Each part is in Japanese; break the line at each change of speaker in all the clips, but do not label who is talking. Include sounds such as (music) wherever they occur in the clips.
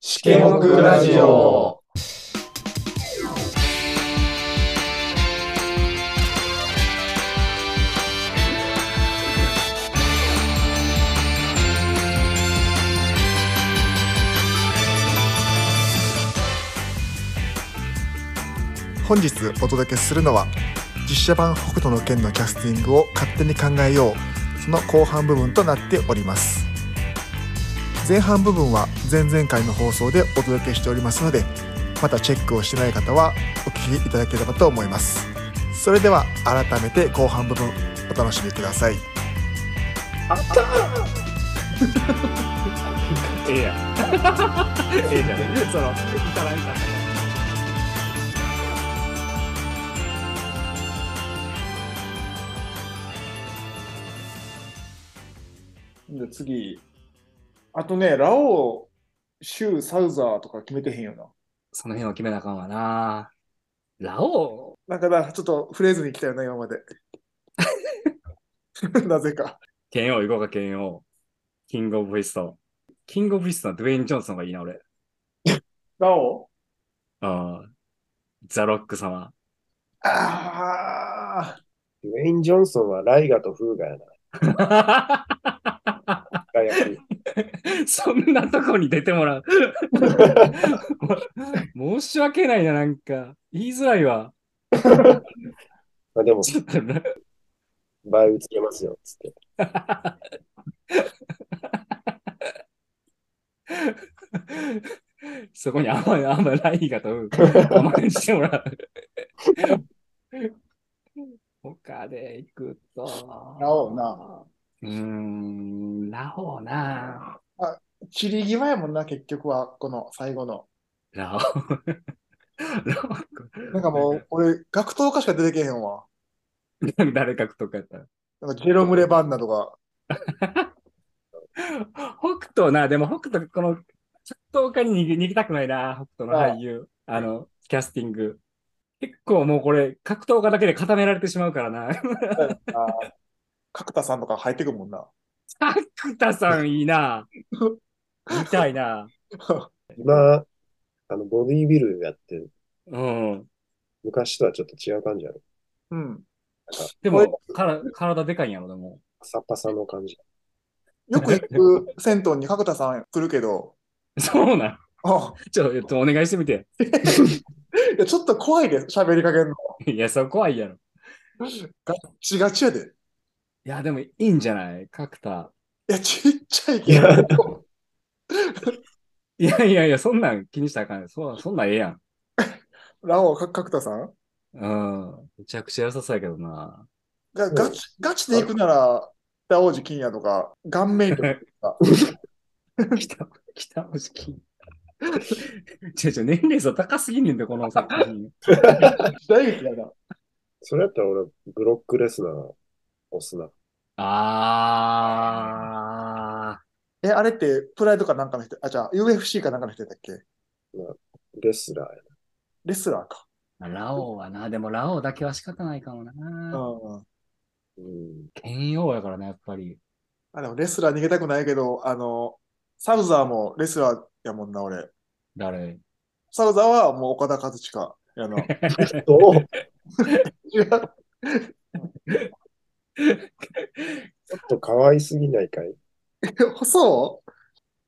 しけもくラジオ。
本日お届けするのは実写版北斗の拳のキャスティングを勝手に考えようその後半部分となっております前半部分は前々回の放送でお届けしておりますのでまたチェックをしてない方はお聞きいただければと思いますそれでは改めて後半部分お楽しみください
ええやん。ええじゃん。その、いたらいた
で次。あとね、ラオウ、シュー、サウザーとか決めてへんよな。
その辺は決めなあかんわな。ラオウ
なんかなちょっとフレーズに来たよね今まで
(laughs)
なぜか
剣王行こうか、剣王。キングオブフィスト。キングオブフィストのドゥエイン・ジョンソンがいいな、俺。
ラオ
ああ。ザ・ロック様。
ウああ、
ウェイン・ジョンソンはライガとフーガやな。ガヤキ
(laughs)
そんなとこに出てもらう。申し訳ないな、なんか。言いづらいわ。
まあでも、
ちょっとな
倍打つけますよ、つって。
そこに甘い甘いラインが飛ぶ。甘くしてもらう。他で行くと。
ラオウな。
うーん、ラオウな。
切り際やもんな、結局は、この最後の。
ラオウ。 (laughs) ラオウ
なんかもう、俺、格闘家しか出てけへんわ。
誰書くとかやったら。
なんかジェロム・レバンナと (laughs) か。
北斗な、でも北斗、この、ちょっと他に逃げ逃げたくないな、北斗の俳優、あの、キャスティング。結構もうこれ、格闘家だけで固められてしまうから
あ
な。
ー角田さんとか入ってくもんな。 (laughs)
角田さんいいな。見たいな。
今、あの、ボディービルやってる。
うん。
昔とはちょっと違う感じやろ。
うん。
でも、から体でかいんやろ、でも。
パサパサの感じ。
よく行く銭湯に角田さん来るけど、
そうなん。
あ
ちょ、えっと、お願いしてみて。
いやちょっと怖いで、喋りかけんの。
いや、そこはいいやろ。い
ガッチガチやで。
や、でもいいんじゃない角田。
いや、ちっちゃいけど。
いやいやいや、そんなん気にしたらあかん。そうそんなんええやん。
ラオウ、か角田さん
うん。めちゃくちゃ良さそうやけどな。
がガチ、ガチで行くなら、北王子金也とか、顔面とか、
(laughs) 北、北星金。 (laughs) ちょちょ、年齢差高すぎんねんで、この作品。
大劇やな。 (laughs)
それやったら俺、ブロックレスナー、押すな。
あ
え、あれって、プライドかなんかの人、あ、じゃあ、UFC かなんかの人だっけ
レスラーや
レスラーか。
ー。ラオウはな、でもラオウだけは仕方ないかも
う
な。
ん。
な。
(laughs)
うん。
兼用やからな、やっぱり。
あ、でもレスラー逃げたくないけど、あの、サウザーもレスラーやもんな、俺。
誰
サウザーはもう岡田和親や (laughs) な。
どう
いや
ちょっと可愛すぎないかい
そ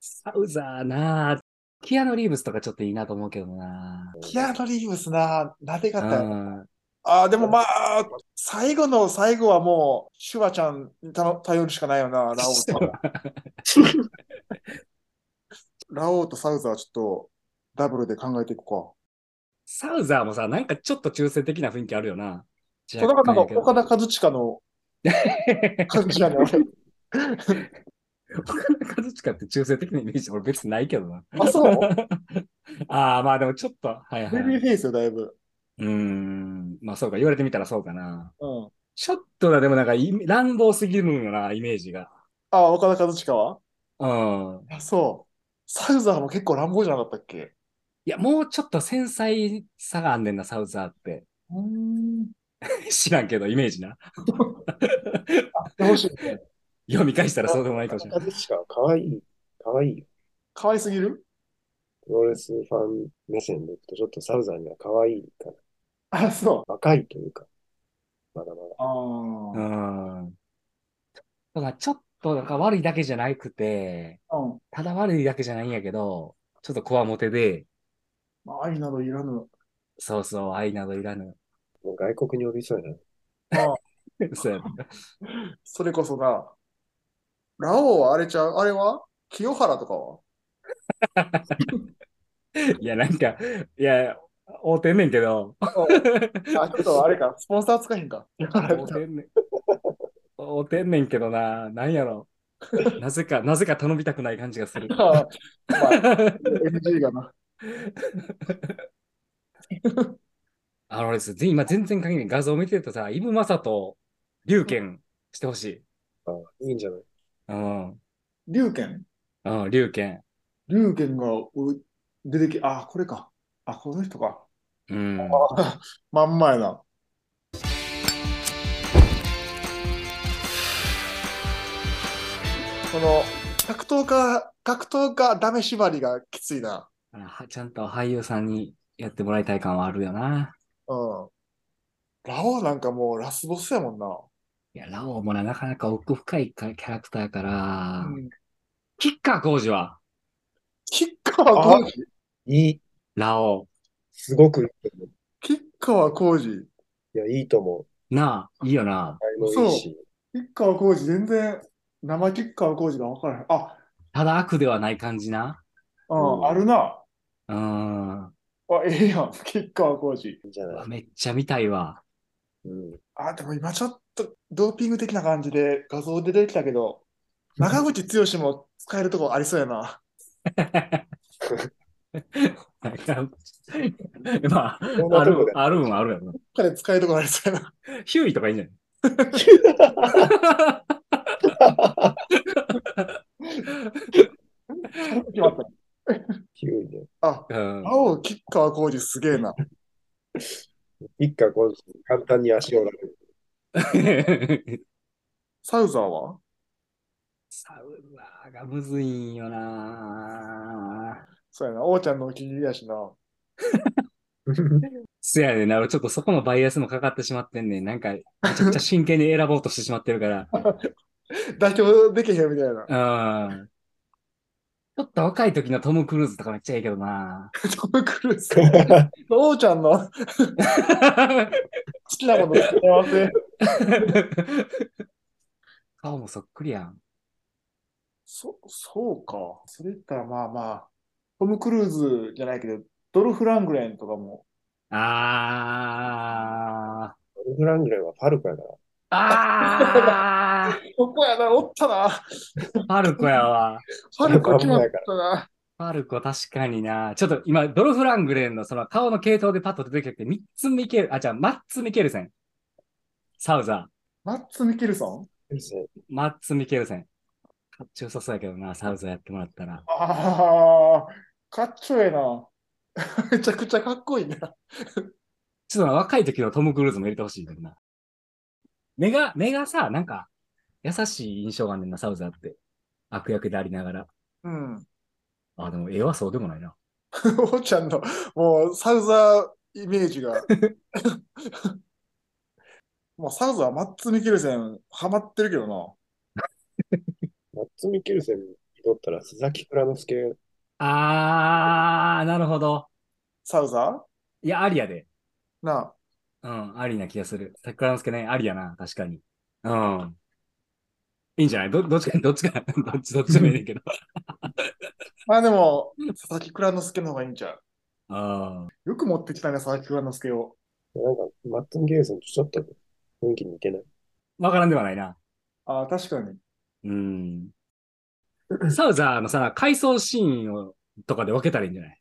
サウザーな。キアノ・リーブスとかちょっといいなと思うけどな。
うキアヌ・リーブスな、なで
う
かったよ。
ん。
あー、でもまあ、最後の最後はもう、シュワちゃんに頼頼るしかないよな、ラオウと。 (laughs) ラオウとサウザーはちょっとダブルで考えていこ
サウザーもさ、なんかちょっと中性的な雰囲気あるよな。
うか。そうだからなんか岡
田。
田和親 (laughs) の感じや (laughs) ね。
岡田和親って中性的なイメージ俺別にないけどな。
俺あ、そう。
ああ、まあでもちょっと、はい
ベ
は
ビー
い。
フェイスよ、だいぶ。
うーん、まあそうか、言われてみたらそうかな。
うん。
ちょっとな、でもなんかイメ乱暴すぎるんよな、イメージが。
あ、岡田和親は
うん。
あ、そう。サウザーも結構乱暴じゃなかったっけ
いや、もうちょっと繊細さがあんねんな、サウザーって。 (laughs)
うん。
知らんけど、イメージな。
どうしようね。
読み返したらそうでもないかもしれない。
しか可愛い。可愛いよ。
可愛すぎる
プロレスファン目線でいくと、ちょっとサウザーには可愛いかな。
あ、そ
若いというか、まだまだ。
う。あ
うん。だからちょっと、なんか悪いだけじゃなくて、
あ。うん。
ただ悪いだけじゃないんやけど、ちょっとこわもてで、
まあ、愛などいらぬ。
そうそう、愛などいらぬ。 (laughs)
もう外国に呼びそうやな。
そうやな
それこそな、ラオウはあれちゃうあれは清原とかはい
や、なんか、いや、合うてんねんけど、
あ、ちょっとあれか、スポンサーつかへんか。
合うてんねん。合うてんねんけどな、なんやろ。なぜか、なぜか頼みたくない感じがする。
あまあ、NG がな。
あのです、ぜ今全然関係ない画像見てるとさ、イブマサと龍拳してほしい。
あいいんじゃない
うん。
龍拳。
うん、龍拳。
龍拳がう出てき、あ、これか。あ、この人か。
うん。
まんまやな。この格闘家、格闘家ダメ縛りがきついな。
あはちゃんと俳優さんにやってもらいたい感はあるよな。
うん。ラオウなんかもうラスボスやもんな。
いや、ラオウもな、なかなか奥深いかキャラクターやから、キッカー工事は、
キッカーは工事
いい。
ラオ
すごくいいと思
キッカーは工事
う。いや、いいと思
ウ。なあ、いいよな。
う。才能いいし。
キッカーは工事全然、生キッカーは工事が分からへん。あ、
ただ悪ではない感じな。
うん、
うん
あるな。
うん。
あ、ええやん。キッカーは工事。
いいんじゃ
うわ
ない
めっちゃ見たいわ。
うん。
あ、でも今ちょっとドーピング的な感じで画像出てきたけど、長渕剛も使えるとこありそうやな。
(laughs) なんかま
こん
あ、あ
なとこ
る
で、
あるんあるやろな。
彼使えるとこありそうやな。
ヒューイとかいいんじゃない
決まった
キウイで。
あ、
うん
青、キッカー工事すげえな。
一家こう簡単に足を折られる。
サウザーは
サウナーがむずいんよな
そうやな。王ちゃんのお気に入りやしな。
せやねんな、俺ちょっとそこのバイアスもかかってしまってんねん。なんか、めちゃくちゃ真剣に選ぼうとしてしまってるから。
妥協できへんみたいな。 (laughs)
うん。ちょっと若い時のトム・クルーズとかめっちゃいいけどな
トム・クルーズ。 (laughs) 王ちゃんの好きなこと付け合わせ。
顔もそっくりやん。
そ、そうか。それ言ったらまあまあ、トム・クルーズじゃないけど、ドルフ・ラングレンとかも。
あ
ドルフラングレンはファルコやから。
ー。 (laughs) あ
ここやな、おったな。
ー。パルコやわ。
はるか決まったな。
パルコ確かにな。ちょっと今、ドルフ・ラングレンのその顔の系統でパッと出てきて、ミッツ・ミケル、あ、じゃあ、マッツ・ミケルセン。サウザ
マッツ・ミケルソン
ー。マッツ・ミケルセン。かっちょよさそうやけどな、サウザーやってもらったら。
ああ、かっちょええな。 (laughs) めちゃくちゃかっこいいな。
ちょっと若い時のトム・クルーズも入れてほしいんだけどな。目が、目がさ、なんか、優しい印象があんねんな、サウザーって。悪役でありながら。
うん。
あ、でも絵はそうでもないな。
おちゃんの、もう、サウザーイメージ (laughs) が。もう、サウザー、マッツ・ミケルセン、ハマってるけどな。
マッツ・ミケルセンにとったら鈴木蔵之介
あー、なるほど。
サウザ
いや、ありやで。
ーなあ、
うん、ありな気がする。桜之助ね、ありやな、確かに。うん。いいんじゃないど、どっちか、どっちか、どっち、どっちでもいいね (laughs) んけど。
まあでも、佐々木蔵之介の方がいいんちゃ
あ
う。よく持ってきたね、佐々木蔵之介を。
なんか、マッツ・ミケルセンとちょっと雰囲気似てない。
あ、わからんではないな。
ああ、確かに。
うん。サウザーのさ、回想シーンを、とかで分けたらいいんじゃない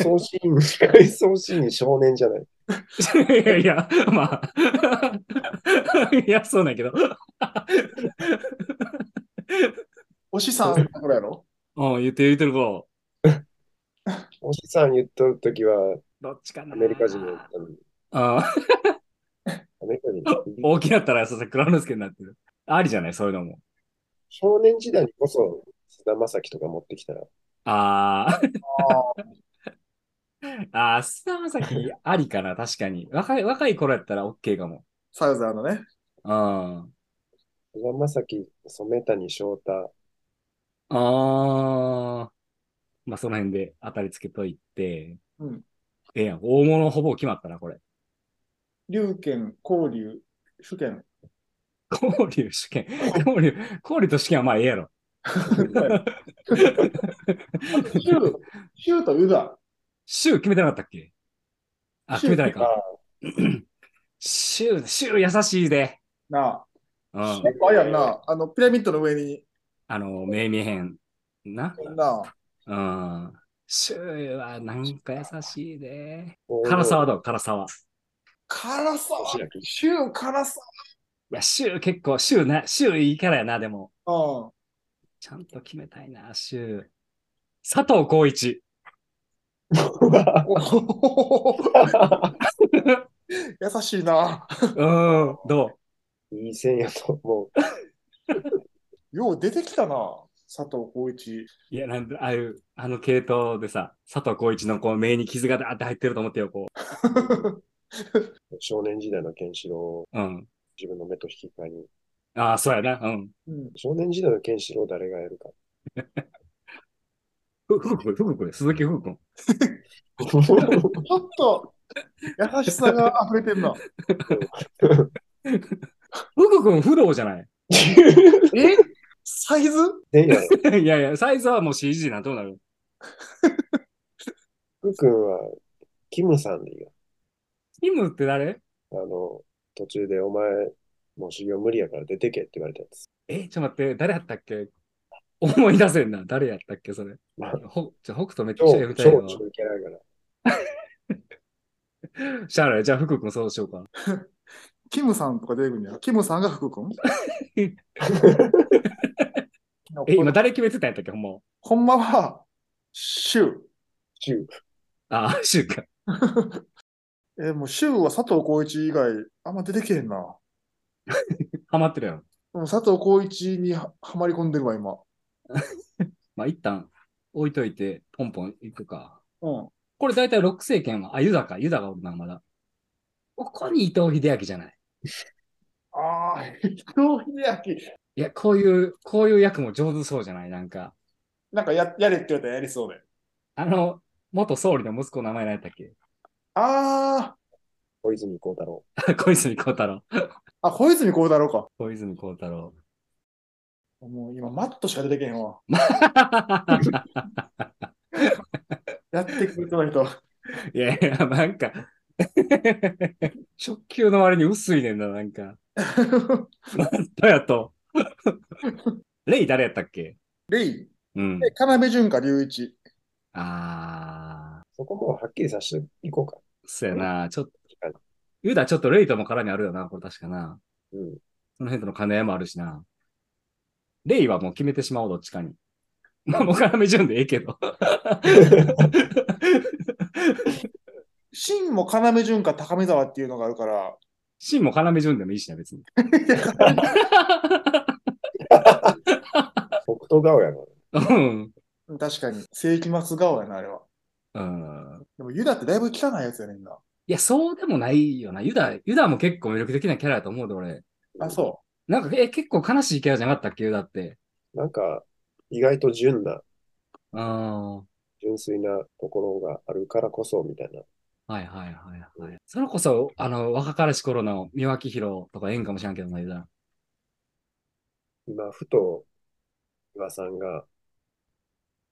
送信、回送信少年じゃない。
い (laughs) やいや、まあ。いや、そうなんやけど。
お師さん、これやろ
うん、言ってる言ってる子。
おじさん言っとるときは
どっちかな。
アメリカ人だったのに、
あ
アメリカ人。
大きなったら、さ、桜之助になってる。ありじゃないそういうのも。
少年時代にこそ、菅田将暉とか持ってきたら、
あ
あー
ー、あー、菅田将暉ありかな、確かに。若い、若い頃やったら OK かも。
サウザーのね。
うん。あ
菅田将暉、染谷翔太、
あ。まあ、その辺で当たりつけといて。
うん。
ええやん。大物ほぼ決まったな、これ。 (laughs)
龍拳、交流、主権。
交流試験。交流、交流と試験はまあええ
(laughs)
やろ。
シュー、シューとユダ。
週決めてなかったっけあ、決
週
めてないか。週、週優しいで。
な
う
あ。
ん。
あれやんな。あの、ピラミッドの上に、
あの、目見えへん。な。
なあ。
うん。週はなんか優しいで。
大
唐沢どう唐沢。
辛さ
千秋
シュー辛さ
いや、週結構、週な、週いいキャラやな、でも。
うん。
ちゃんと決めたいな、週。佐藤浩一。
(laughs) 優しいな。
うん。ど
(laughs)
う
いい線やと思
よう出てきたな。佐藤浩 (laughs) 一。
いや、なんで、ああいう、あの系統でさ、佐藤浩一のこう、目に傷がダーって入ってると思ってよ、こ
う。少年時代のケンシロウを
う。うん。
自分の目と引き換えに。
ああ、そうやな。うん。
うん。
少年時代のケンシロウを誰がやるか。
ふ、ふくくん、ふくくん、鈴木ふく (laughs) くん。
ちょっと、優しさが溢れてんな。
ふくくん、不動じゃない (laughs)
えサイズ
でやろ。
いやいや、サイズはもう CG なんとなる。
福君は、キムさんでいいよ。
キムって誰
あの、途中でお前、もう修行無理やから出てけって言われたやつ。
え、ちょっと待って、誰やったっけ思い出せんな。誰やったっけ、それ。
まあ
ほ、ちょ、北斗めっち
超、
ゃ
超
読みたいよ。
中キャラやから。
しゃあない。じゃあ、福君そうしようか。
キムさんとか出てくるんや。キムさんが福 (laughs) 君
え、今誰決めてたんやったっけ、ほんま。
ほんまは、シュー。
中。
ああ、シュウか。
えーもう、シュウは佐藤浩市以外、あんま出てけへんな。
ハマってるやろ。
うん佐藤浩市にははまり込んでるわ、今。
まあ、一旦置いといて、ポンポン行くか。
うん。
これ大体六世圏は、あ、ユダか。ユダがおるな、まだ。ここに伊藤秀明じゃない。
ああ、伊藤秀明。
いや、こういう、こういう役も上手そうじゃないなんか。
なんかや、やれって言われたらやりそうで。
あの、元総理の息子の名前何やったっけ
あ
小泉孝太郎。
小泉孝太郎。
あ、あ、小泉孝太郎か。
小泉孝太郎。 (laughs)
もう今、マットしか出てけへんわ。やってくれてない (laughs) 人。
いやいや、なんか、直球の割に薄いねんな、なんか。どうやと。レイ誰やったっけ
レイ、
うん。
で要潤か隆一。
あー、
そこもはっきりさせていこうか。
そうやな、ちょっと
確か。
ユダちょっとレイとも絡みあるよな、これ確かな。
うん。
その辺との兼ね合いもあるしな。レイはもう決めてしまおう、どっちかに。まあ、もう絡順でええけど。
シンも要潤か高見沢っていうのがあるから、
シンも要順でもいいしな、別に。
北斗顔やろ。
うん。
うん確かに、世紀末顔やな、あれは。
うん。
でも、ユダってだいぶ汚いやつやねんな。
いや、そうでもないよな。ユダ、ユダも結構魅力的なキャラだと思うで、俺。
あ、そ
なんか、え、結構悲しいキャラじゃなかったっけユダって。
なんか、意外と純な、
ああ。は
純粋なところがあるからこそ、みたいな。
いはいはいはい。それこそ、あの、若かりし頃の三輪明宏とか縁かもしれんけどな、ユダ。
今、ふと、岩さんが、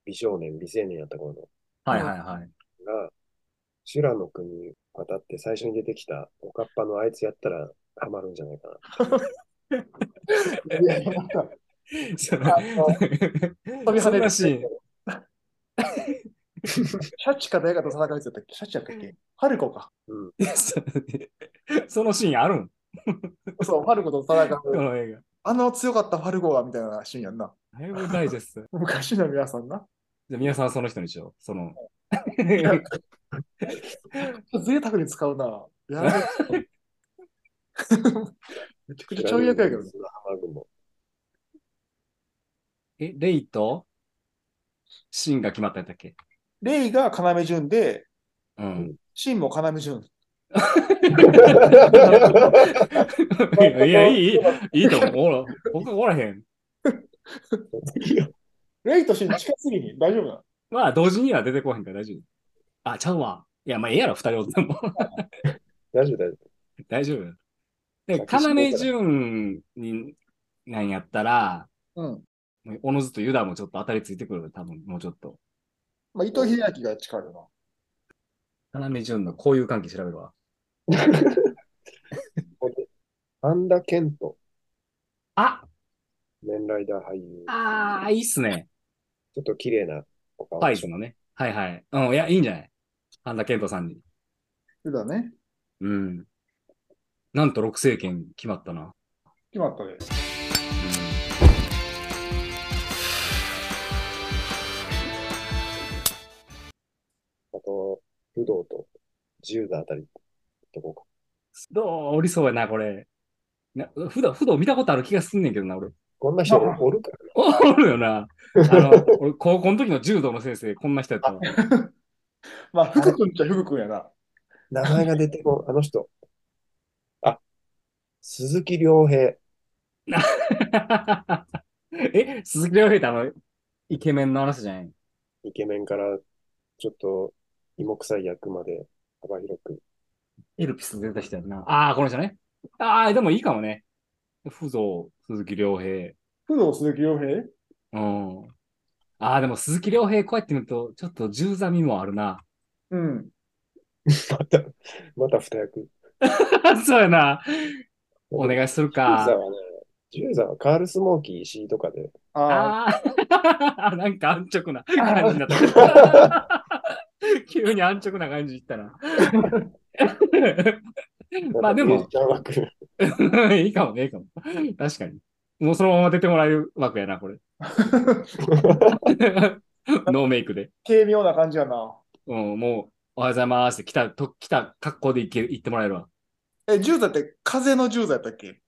美少年、美青年やった頃の、
はいはいはい。
が、修羅の国に渡って最初に出てきたおかっぱのあいつやったらハマるんじゃないかな。
う。いやいや
(laughs) そ
あ
の
の飛び跳ね
ら
る
しい。
シャチか誰かと戦うやつやったっけシャチやったっけファルコか。
そのシーンあ (laughs) るん
そう、ファルコと戦
こ
う。
の映
あの強かったファルコがみたいなシーンやんな。
画。だいぶ大事です。
昔の皆さんな。
(laughs) じゃあ、皆さんはその人にしよう。その。 (laughs)
贅沢に使うな。やばい (laughs) めちゃくちゃちょい役やけどね。
ハマるも。
え、レイとシーンが決まったんだっけ
レイが要潤で、
うん。
シンも要潤。
(laughs)
(laughs)
いや、いい、いい、いいと思う。おら、僕おらへん。
レイとシン近すぎに大丈夫なの
まあ、同時には出てこへんから大丈夫。あ、ちゃうわ。いや、まあ、ええやろ、二人おっても。
大丈夫、大丈
(laughs) 大丈夫。で、
先進め
要潤に、なんやったら、
うん。
もうおのずとユダもちょっと当たりついてくる。多分、もうちょっと。
まあ、伊藤秀明が近いよ
要潤の交友関係調べるわ。
夫。半田健人、
あ、
メンライダー俳優。
あー、いいっすね。
ちょっと綺麗なお顔
ファイ
し
ズのね。はいはい。うん、いや、いいんじゃない半田健人さんに。
な。そうだね。
うん。なんと6世権決まったな。
決まったで。
あと、武道と柔道あたりとこう
どうおりそうやな、これ。な普段、普段見たことある気がすんねんけどな、俺。
か。こんな人おるか
(laughs) おるよな。あの、俺、高校の時の柔道の先生、こんな人やったわ。 (laughs)
まあ、福君っちゃ福君やな。
ら。名前が出てこん、あの人。あ、鈴木亮平。
え、鈴木亮平ってあの、イケメンの話じゃない
イケメンからちょっと芋臭い役まで幅広く。
エルピス出た人やんな。ああ、この人ね。ああ、でもいいかもね。不蔵、鈴木亮平。
工藤鈴木洋平
うん。ああ、でも鈴木亮平、こうやって見ると、ちょっと重ざみもあるな。 (laughs)
うん。
また、また二役。
そうやな。お願いする
ジュー
か
ザ。はね、ジューザはカール・スモーキー石井とかで、
ああ、
ああ、 (laughs) なんか安直な感じになった。 (laughs) 急に安直な感じいったな。 (laughs) まあでも、
ジャン枠。
(laughs) いいかもね、いいかも。確かに。もうそのまま出てもらえる枠やな、これ。 (laughs) ノーメイクで。
軽妙な感じやな。
うん、もう、おはようございますって来た、と来た格好で行け行ってもらえるわ。
え、十座って風の十座やったっけ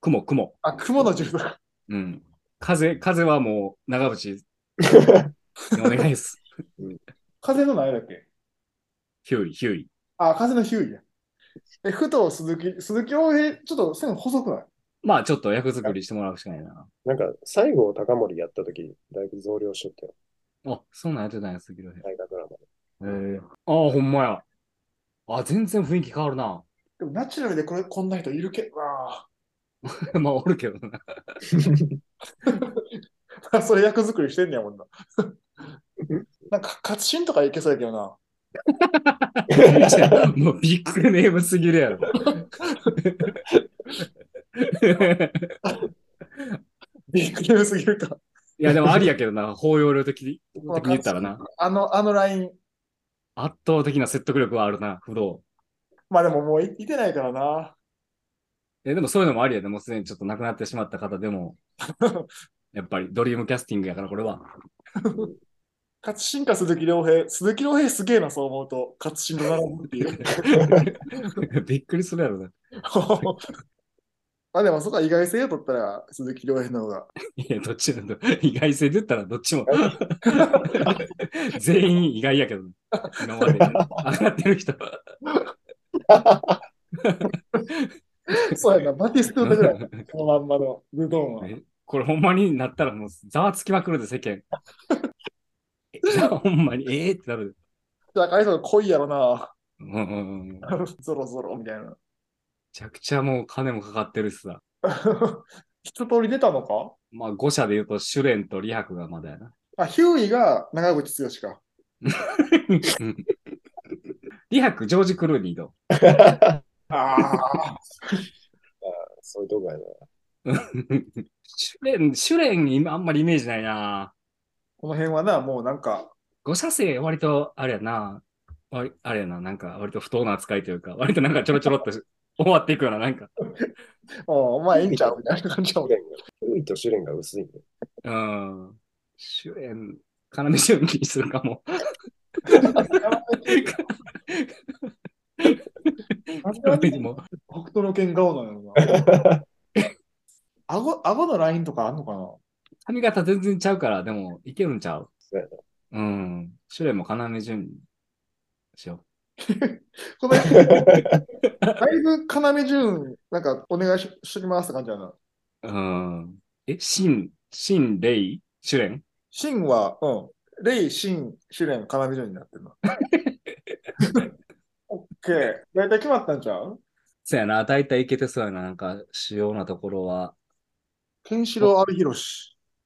雲、雲。
あ、雲の十座。
うん。風、風はもう、長 (laughs) 渕、お願いです。
風の何やったっけ
ヒューイ、ヒューイ。
あ、風のヒューイや。え、不藤鈴木、鈴木洋平、ちょっと線細くない
まあ、ちょっと役作りしてもらうしかないな。
なんか、西郷隆盛やった時、だいぶ増量しとったよ。
あ、そんなんやってたんや、杉浦
大河ドラマで。
へえ。ああ、ほんまや。あ、全然雰囲気変わるな。 (laughs)
でもナチュラルでこれ、こんな人いるけどな。
まあ、おるけどな。
(laughs) それ役作りしてんねやもんな。 (laughs) なんか、活心とかいけそうやけどな。
いやもうビッグネームすぎるやろ。 (laughs)
ビッグネームすぎるか。
いや、でもありやけどな、包容力的に的に言ったらな。
あの、あのライン。
圧倒的な説得力はあるな、不動。
まあでももういいてないからな。
え、でもそういうのもありやで、もうすでにちょっと亡くなってしまった方でも、やっぱりドリームキャスティングやから、これは。
勝新か鈴木亮平。鈴木亮平すげえな、そう思うと。勝新の並ぶっていう。
びっくりするやろな。
ま (laughs) あでもそこは意外性を取ったら鈴木亮平の方が。
いや、どっちなんだ。意外性で言ったらどっちも。全員意外やけど、
(laughs)
今まで上がってる人。
(laughs) そうやな、バティストゥータ
(laughs)
ぐらい。このまんまのズドンは。
えこれほんまになったらもうざわつきまくるで、
(laughs)
世間。えほんまに、ええってなる。
だからあいつが濃いやろな。 (laughs)
うんうんうん。め
ゾロゾロみたいな。 (laughs)
ちゃくちゃもう金もかかってるしさ。
一通り出たのか
まあ、5社で言うと、シュレンとリハクがまだやな。
あ、ヒューイが長渕剛か。
リハク、ジョージ・クルーニーと。
ああ。
そういうとこやな。
(laughs) シュレン、シュレン、今あんまりイメージないな。
この辺はな、もうなんか、
5社生、割と、あれやな。割あれやな、なんか、割と不当な扱いというか、割となんかちょろちょろっとし (laughs) 終わっていくような、なんか。
お前ええんちゃうみたいな感じだもん
主。練が、優位と主練が薄いんだよ。
うん。主演、要潤にするか
(laughs)
も。
北
要潤も
斗の剣顔なのよな。 (laughs) 顎、顎のラインとかあんのかな
髪型全然ちゃうから、でも、いけるんちゃう
そうやな
うん。シュレも要潤にしよ
この人、だいぶ要潤、なんかお願いししときますって感じやな。
う。うん。え、シン、シン、レイ、シュレン
シンは、うん。レイ、シン、シュレン、要潤になってるの。オッケー。だいたい決まったんちゃう
そうやな。大体いけてそうやな。なんか、主要なところは。
ケンシロウ、阿部寛。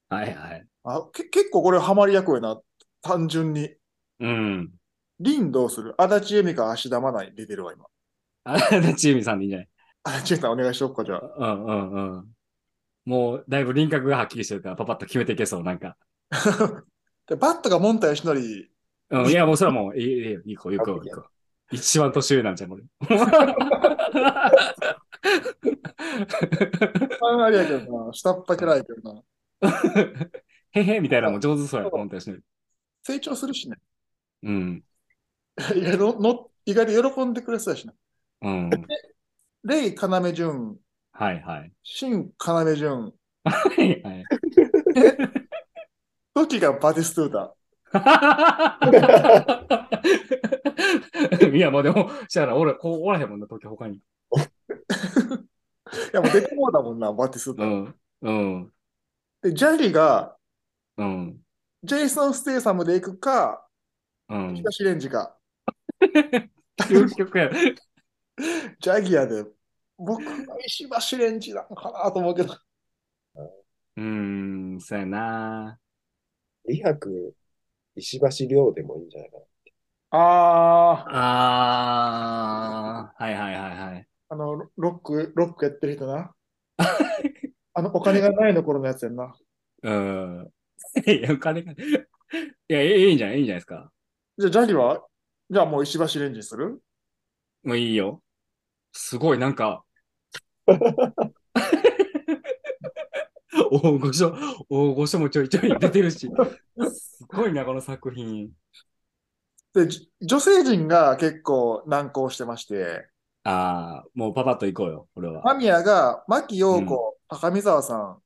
はいはい。
あ、け結構これハマり役やな。単純に。
うん。
リンどうする足立恵美か芦田愛菜に出てるわ、今。
あ、 (laughs) チーミさんでいいんじゃない
足立恵美さんお願いしよっか、じゃあ。
うんうんうん。もう、だいぶ輪郭がはっきりしてるから、パパッと決めていけそう、なんか。
でバットがモンタヨシノリ、
うん、いや、もうそれはもう、いいいいよ、いい子、いい子、いい子。一番年上なんじゃん、これ。
ああれやけどな、下っ端キャラやけどな。
へへ、みたいなのも上手そうや、本当にしね。
成長するしね。 (laughs)
うん。
意外との意外と喜んでくれそうやしな。
うん。
レイ、要潤、
はいはい。
シン、要潤、
はいはい。
トキがバティストゥータ。
いや、 (laughs) まあでも、しゃあない。俺、こうおらへんもんな、時他に。
いや、もうデコボーだもんな、バティストゥー
う
タ。
ん。うん。
で、ジャリが、
うん。
ジェイソン・ステイサムで行くか、
うん。
東レンジか、
究極や。
ジャギアで、僕は石橋レンジなのかなと思うけど、
うーん、そうやな。
李白、石橋亮でもいいんじゃないかな。
ああ、
あー、はいはいはいはい。
あの、ロロック、ロックやってる人
(laughs)
な。あの、お金がないの頃のやつやんな。
うん。 (laughs) いや、お金 (laughs) が。いや、いいいいんじゃないいいんじゃないですか。
じゃあ、ジャギはじゃあもう石橋レンジにする
もういいよ。すごい、なんか。大御所、大御所もちょいちょい出てるし。すごいな、この作品。
で、じ女性陣が結構難航してまして、
ああ、もうパパッと行こうよ、俺は。
間宮が牧陽子、高見沢さん、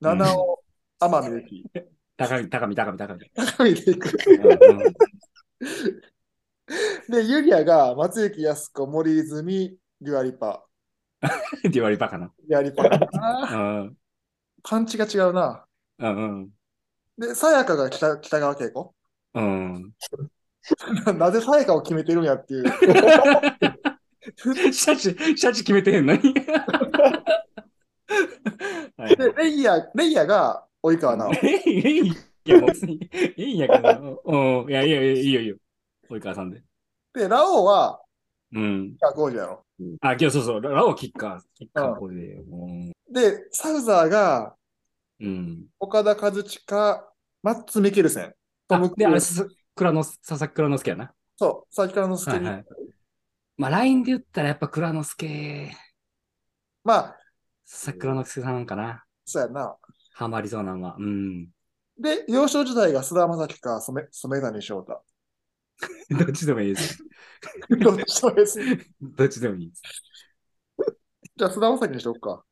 七尾、天海祐希、
高見、高見、高見、高見。
高見でいく。
うんうん
で、ユリアが松雪康子、森泉、デュアリパ。
デュアリパかな。
デュアリパか
う (laughs)
な。
ん。
パンチが違うな。
うん
で、さやかが北北川景子。 (laughs)
うん。うん。
なぜさやかを決めてるんやっていう。
(laughs) シャチ、シャチ決めてへんの (laughs) に。はい
で、レイヤー、レイヤーが及川直。
えいえいいや、別に。いいんやけど。うん。いや、いや、いやいいよ、いいよ。及川さんで。
で、ラオウは、
うん。
北川やろ。
あ、今日そうそう。ララオキッカー。キッカーこれで。うん。
で、サウザーが、
うん。
岡田和親、マッツ・ミケルセン。トム・
あ
ク
で、
ル
あ
ー
れ、
ズ。
す倉之佐々木倉之介やな。
そう、さっきからのス
はいはい。まあ、LINE で言ったらやっぱ倉之介、
まあ、
佐々木倉之介さんかな。
そうやな。
ハマりそうなのは。うん。
で、幼少時代が菅田将暉か染染谷翔太。
(laughs)
(laughs)
どっちでもいいです。
どっちもです。じ
(laughs) どっちでもいいです。
ゃあ、菅田将暉にしとくか。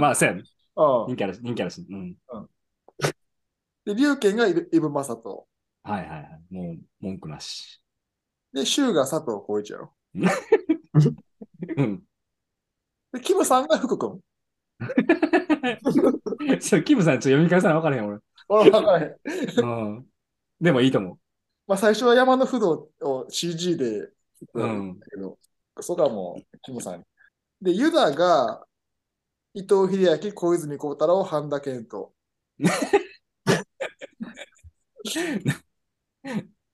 まあ、そうやね。
う
人気あるし、人気あるし。うん。
ん。で、龍拳がイブイブ・マサト。
はいはいはい。もう、文句なし。
で、柊が佐藤浩市やろ。
うん。
で、キムさんが福君。
ちょ、キムさん、ちょ、読み返さな分からへん、俺。
俺は分からへん。
うん。でもいいと思
まあ、最初は山の不動を CG で、
う。うん。
だけど、そこはもう、キムさん。で、ユダが、伊藤英明、小泉孝太郎、半田健人。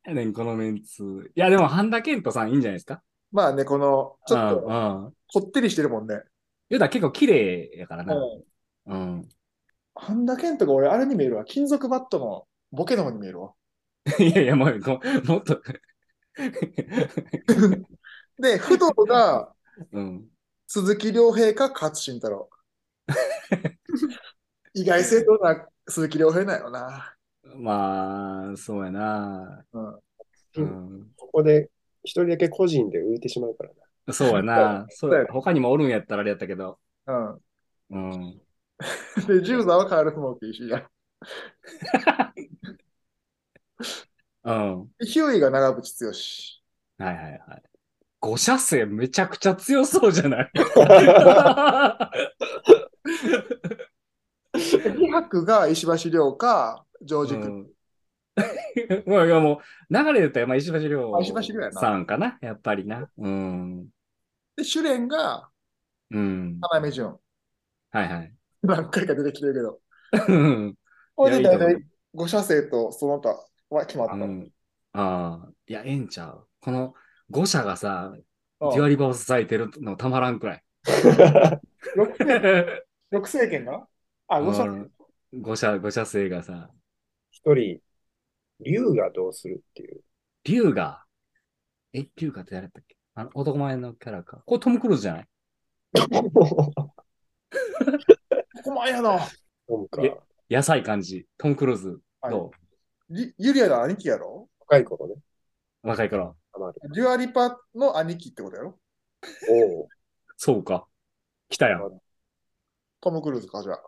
やねん、このメンツ。いや、でも、半田健人さんいいんじゃないですか
まあね、この、ちょっ
う
と、
ん。うん。
こってりしてるもんね。
ユダ結構綺麗やからな。
うん。
うん。 (laughs)
半田健人が俺、あれに見えるわ。金属バットのボケの方に見えるわ。
いやいや、もう、こもっと。 (laughs)
で、不動が、
うん。
鈴木亮平か勝慎太
(laughs)
郎。意外性とな鈴木亮平なんやろな。
まあ、そうやな。
うん
うん。
ここで、一人だけ個人で浮いてしまうからな。
そうやな。そ
そう
う
や
他にもおるんやったらあれやったけど。
うん。
うん。
で、十座はカール・スモーキー氏や。
うん。は
ヒューイが長渕剛。
いはいはい。五射精めちゃくちゃ強そうじ
(laughs)
ゃない (laughs)
リハクが石橋亮か、ジョージ君。
うん (laughs) まあいやもう、流れで言ったら、まあ、石橋亮
あ石橋亮やな
さんかな、やっぱりな。うん。
で、主練が、
うん。
花目純。
はい
(laughs)
はい。
何回か出てきてるけど。
うん
これ
い
で
やいい
大
と思う
体、五社生とその他は決まった。
うんああ、いや、ええんちゃう。この5社がさ、
うん
デュアリバを支えてるのたまらんくらい。
六六政権が (laughs) あ、五社。
5社、5社生がさ、
一人、龍がどうするっていう。
龍が、え、龍がって誰だったっけあの、男前のキャラか。これトム・クルーズじゃない
こまやな。
トムか。
え野菜感じ。トム・クルーズ。ど
リユリアの兄貴やろ
若い頃ね。
う若いから。
あまり。
デュアリパの兄貴ってことやろ
おう
そうか。来たやん。
トム・クルーズか、じゃあ。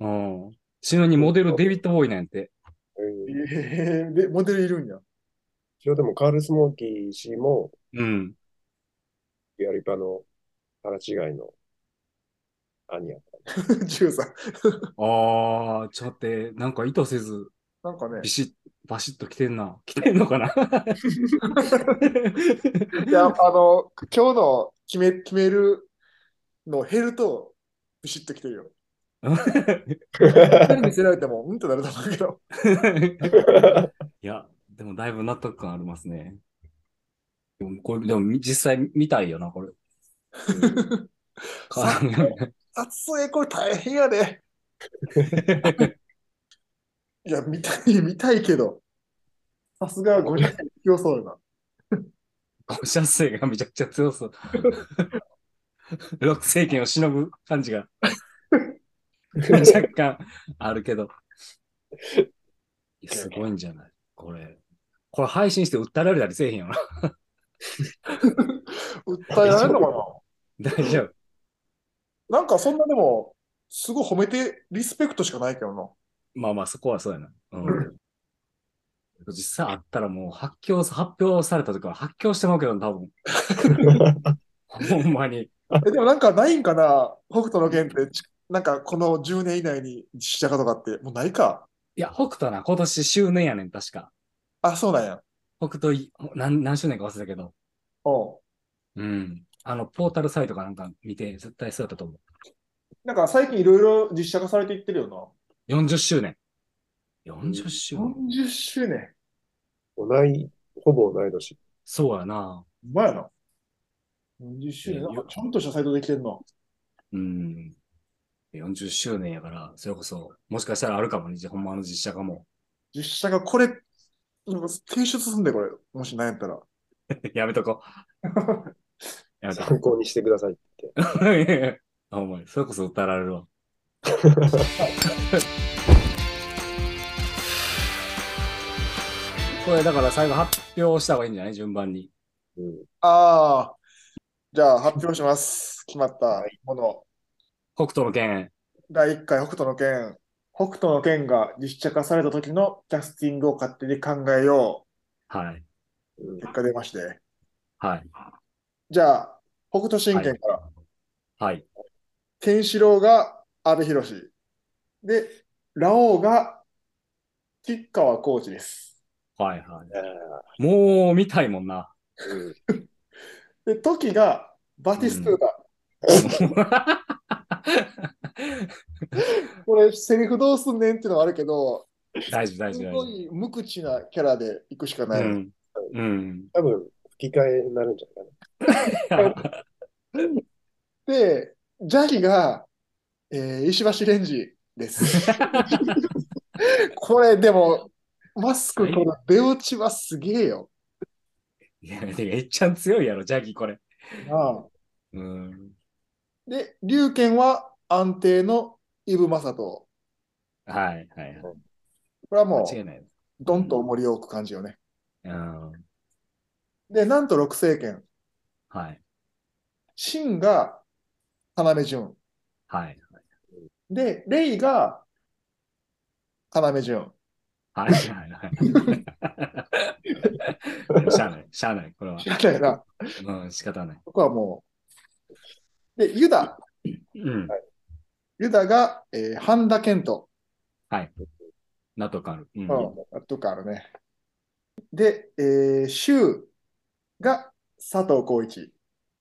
うん。ちなみにモデルデビッド・ボーイなんて。
うん
えー、で、モデルいるんや。 (laughs)
一応でもカール・スモーキー氏も、
うん。
やり場の腹違いの兄やった。
13。
ああ、ちょっと待って、なんか意図せず、
なんかね
ビ、シッ、バシッと来てんな。来てんのかな
いや、あの、今日の決め、決めるのを減ると、ビシッときてるよ。見せられても、うんってなると思うけど。
いや、でもだいぶ納得感ありますね。でもこれ、でも実際見たいよな、これ。
さ撮影これ大変やで。いや、見たい、見たいけど。さすが5人強そうやな。
五社生がめちゃくちゃ強そう。六政権をしのぶ感じが若干あるけど。いやすごいんじゃないこれ。これ配信して訴えられたりせえへんよな。 (laughs)
訴えられるのか
大丈夫。
ななんかそんなでも、すごい褒めて、リスペクトしかないけどな。
まあまあそこはそうやな。うん。実際あったらもう発表、発表された時は発狂してまうけどな、多分。ほんまに。
えでもなんかないんかな北斗の剣って、ちなんかこの10年以内に実写化とかって、もうないか。
いや、北斗な、今年周年やねん、確か。
あ、そうなんや。
北斗い何、何周年か忘れたけど。
うん。
うん。あの、ポータルサイトかなんか見て、絶対そうだったと思
なんか最近いろいろ実写化されていってるよ
う。40周年。40
な。
周年、
40周年。
同い、ほぼ同い年。
そうやな。
うまいな。40周年。
いや
なんかちゃんとしたサイトできてんの。
うん。40周年やから、それこそ、もしかしたらあるかもね、ほんまの実写化も。 (laughs)
実写がこれ、なんか提出すんで、これ。もしなんやったら。
やめとこう。やめとこ
参考にしてくださいって。
う。 (laughs) あ、お前、それこそ訴えられるわ。 (laughs) これだから最後発表した方がいいんじゃない順番に。
うん。
ああ。じゃあ発表します。決まったもの。
北斗の拳。
第1回北斗の拳。北斗の拳が実写化された時のキャスティングを勝手に考えよ
はい。
うん
う。結果出まして。
はい。
じゃあ、北斗神拳から。
はい。
ケンシロウが阿部寛。で、ラオウが吉川コーチです。
はい。
あ
はい。もう見たいもんな。
ーうん
で、トキがバティストゥータ。
(laughs)
これ、セリフどうすんねんっていうのはあるけど、
大事、大
す
事、大
ご
事。
い無口なキャラで行くしか
う
ない。
ん。うん。
多分、吹き替えになるんじゃない
で、ジャギが、えー石橋レンジ
(laughs)
です。これ、でも、マスク、この出落ちはすげえよ。
いや、てかえっちゃん強いやろ、ジャギこれ。
ああ
うん。
で、龍拳は安定のイブ・マサト。
はい、はい。
これは
間
もう
違、いない。
どんと盛りを置く感じよね。
うん。
で、なんと六政権、
はい、
シンが要潤。
はい、
で、レイが要潤。
はい、はい。はいでもしゃあない、しゃあない、これは。
嫌だよな。
うん、仕方ない。
そこはもう。で、ユダ。
うん。
ユダが、えー、半田健人。
なとかある。うん。
うん、とかあるね。で、えー、周が佐藤浩市。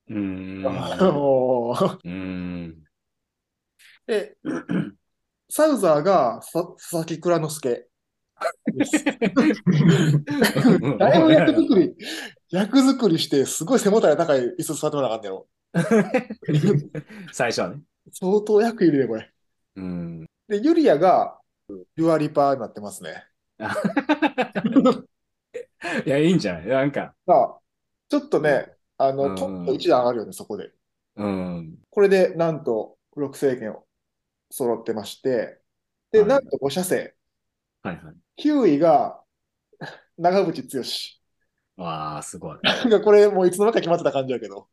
うーん。う
(laughs) もう
ーん。
で、サウザーがさ佐々木蔵之介。 (laughs) だい
(laughs)
ぶ役作り、役作りして、すごい背もたれ高い椅子座ってもらかんねやろ。
(laughs) 最初はね。
相当役いるね、これ。
うん。 (laughs)
で、ユリアが、デュアリパーになってますね。
いや、いいんじゃないなんか、
まあ、ちょっとね、あ
う
の、
ん
トップ一段上がるよね、そこで。
うん。
これで、なんと、6政権を揃ってまして、で、
はい
なんと5社制。
はいはい。
9位が、長渕
わあ、す (laughs) ごい。
剛。がこれ、もういつの間にか決まってた感じやけど。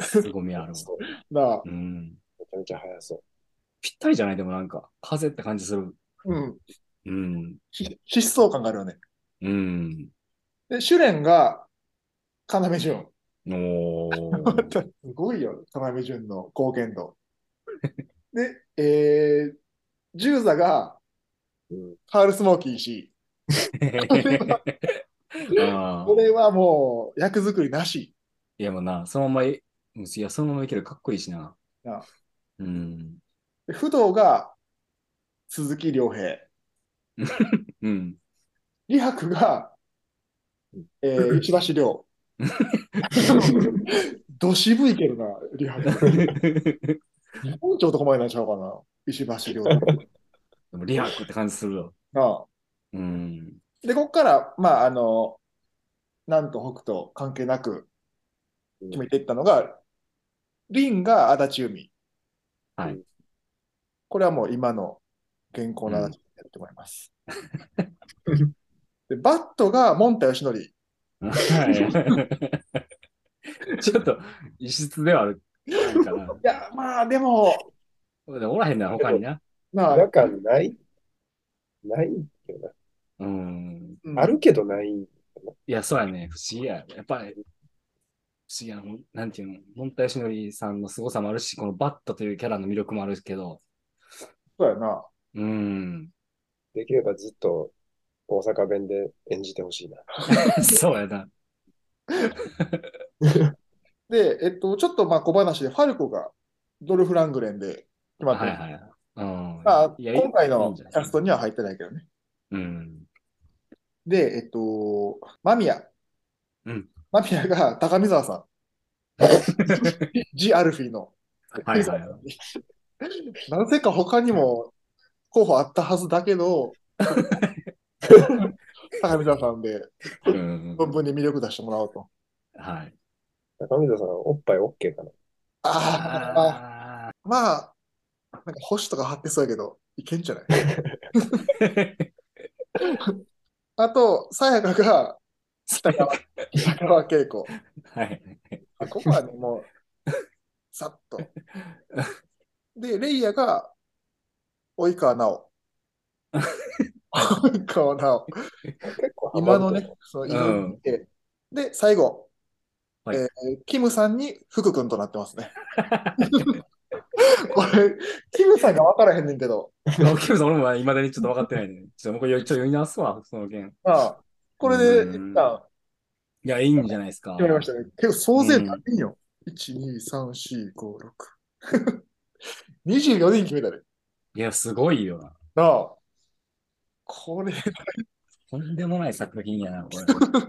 凄みあるわ。
そう
なあ。
うん。
めちゃめちゃ速そう。
ぴったりじゃないでもなんか、風って感じする。
うん。
うん。
ひ疾走感があるよね。
うん。
で、主練が、要潤。
お (laughs)
また
ー。
すごいよ、要潤の (laughs) 貢献度。で、えー、十座が、
うん。
カール・スモーキー氏。
あ
こ
ー
れはもう、役作りなし。
いや、もうな、そのままい、うんいや、そのままいけるかっこいいしな。
なあ
うん。
で不動が、鈴木亮平。
(laughs) うん。
李白が、え
(laughs)
ー、石橋亮。 (laughs) ど渋いけどな、李白。
で
日本一男前なんちゃうかな、石橋
(laughs)
亮。
も、リハックって感じするよ。
なあ
うん。
で、ここから、まあ、あの、なんと北斗関係なく決めていったのが、リンが足立由美。
はい。
これはもう今の現行の足立由美だと思います。
(laughs)
で、バットがモンタヨシノリ。
はい。 (laughs) ちょっと、異質ではある。なんか
いや、まあ、でも、
な。でもおらへんな、他にな。
まあ、
なんかないないよな。
うん。
うん
あるけどない。
いや、そうやね。不思議や。やっぱり、不思議やな。ほんなんていうの、モンタヨシノリさんの凄さもあるし、このバッタというキャラの魅力もあるけど、
そうやな。 (laughs)
うん。
できればずっと大阪弁で演じてほしいな。
そうやな。
で、えっと、ちょっとまあ小話で、ファルコがドルフ・ラングレンで決まって
は
る
いはい。うん。
まあ、
いや
今回
いい
の
ん
キ
じゃない
ャストには入ってないけどね。
うん。
で、えっと、間宮。
うん。
間宮が高見沢さん。ジ・アルフィーの。
はいはい。
なぜか他にも候補あったはずだけ
(laughs)
ど、高見沢さんで
うん。
存分に魅力出してもらおうと。
はい。
高見沢さん、おっぱい OK かな。
ああ、
あー
まあ、なんか保守とか貼ってそうやけど、いけんじゃないあと、さやかが
そうか
北川景子。
はい。
あここはね、もう、さっと。で、レイヤが、及川直。及川直。
結構ハマ
今
る
の
と
ね、その
ん
今の見てで、最後、
はい
えーキムさんに福君となってますね。これ、キムさんが分からへんねんけど、
ロキムさん、俺もいまだにちょっと分かってないね。ちょっともう一回読み直すわ、その件。
まあ、これで
うん
一旦
いや、いいんじゃないですか。
決まりましたね。結構総勢何人よ、?1、2、3、4、5、6。24人決めたね。
いや、すごいよな。
なあ。これ、
とんでもない作品やな、こ
(laughs)
れ。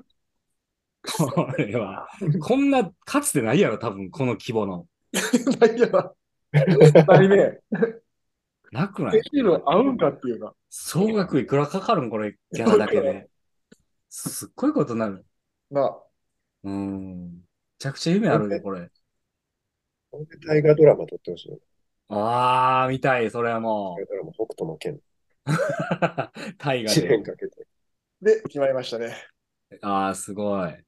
これは、こんな、かつてないやろ、多分、この規模の。
ないやな。ない
(laughs)
ね。
なくない
スケジュール合うんかっていうな。
総額いくらかかるんこれ、ギャラだけで。すっごいことになる。
なあ。
うん。めちゃくちゃ夢あるね、これ。
これで大河ドラマ撮ってほしいよ。
あー、見たい、それはも
大河ドラマ、北斗の剣。
う。 (laughs) 大河
1
で
年。かけて。
で、決まりましたね。
あー、すごい。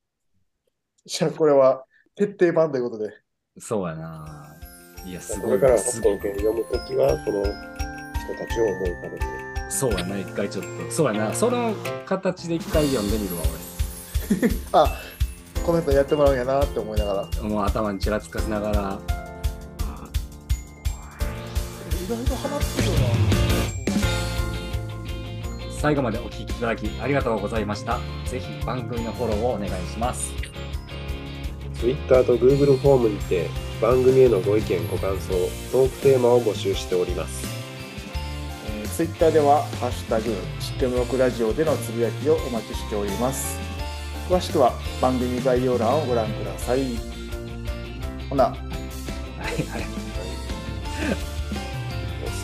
じゃあ、これは、徹底版ということで。
そうやな。いや、す
こ
ご
れ
い
から。北
す
斗
ご
の
い
剣読むときは、この人たちを思い浮かべて。
そうやな、一回ちょっと。そうやな、その形で一回読んでみるわ、俺。
あこの人やってもらうんやなって思いながら
もう頭にちらつかせながら。あ
意外とハマってるよ
ー最後までお聞きいただきありがとうございました。ぜひ番組のフォローをお願いします。
Twitter と Google フォームにて番組へのご意見ご感想トークテーマを募集しております
な、えー、Twitter では「ハッシュタグ知ってもよくラジオ」でのつぶやきをお待ちしております詳しくは番組概要欄をご覧くださいほな
はいはい。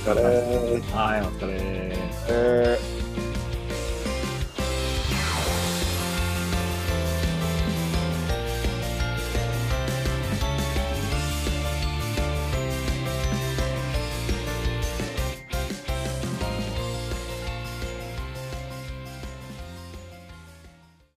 お疲れ
はい、お疲れ。
えー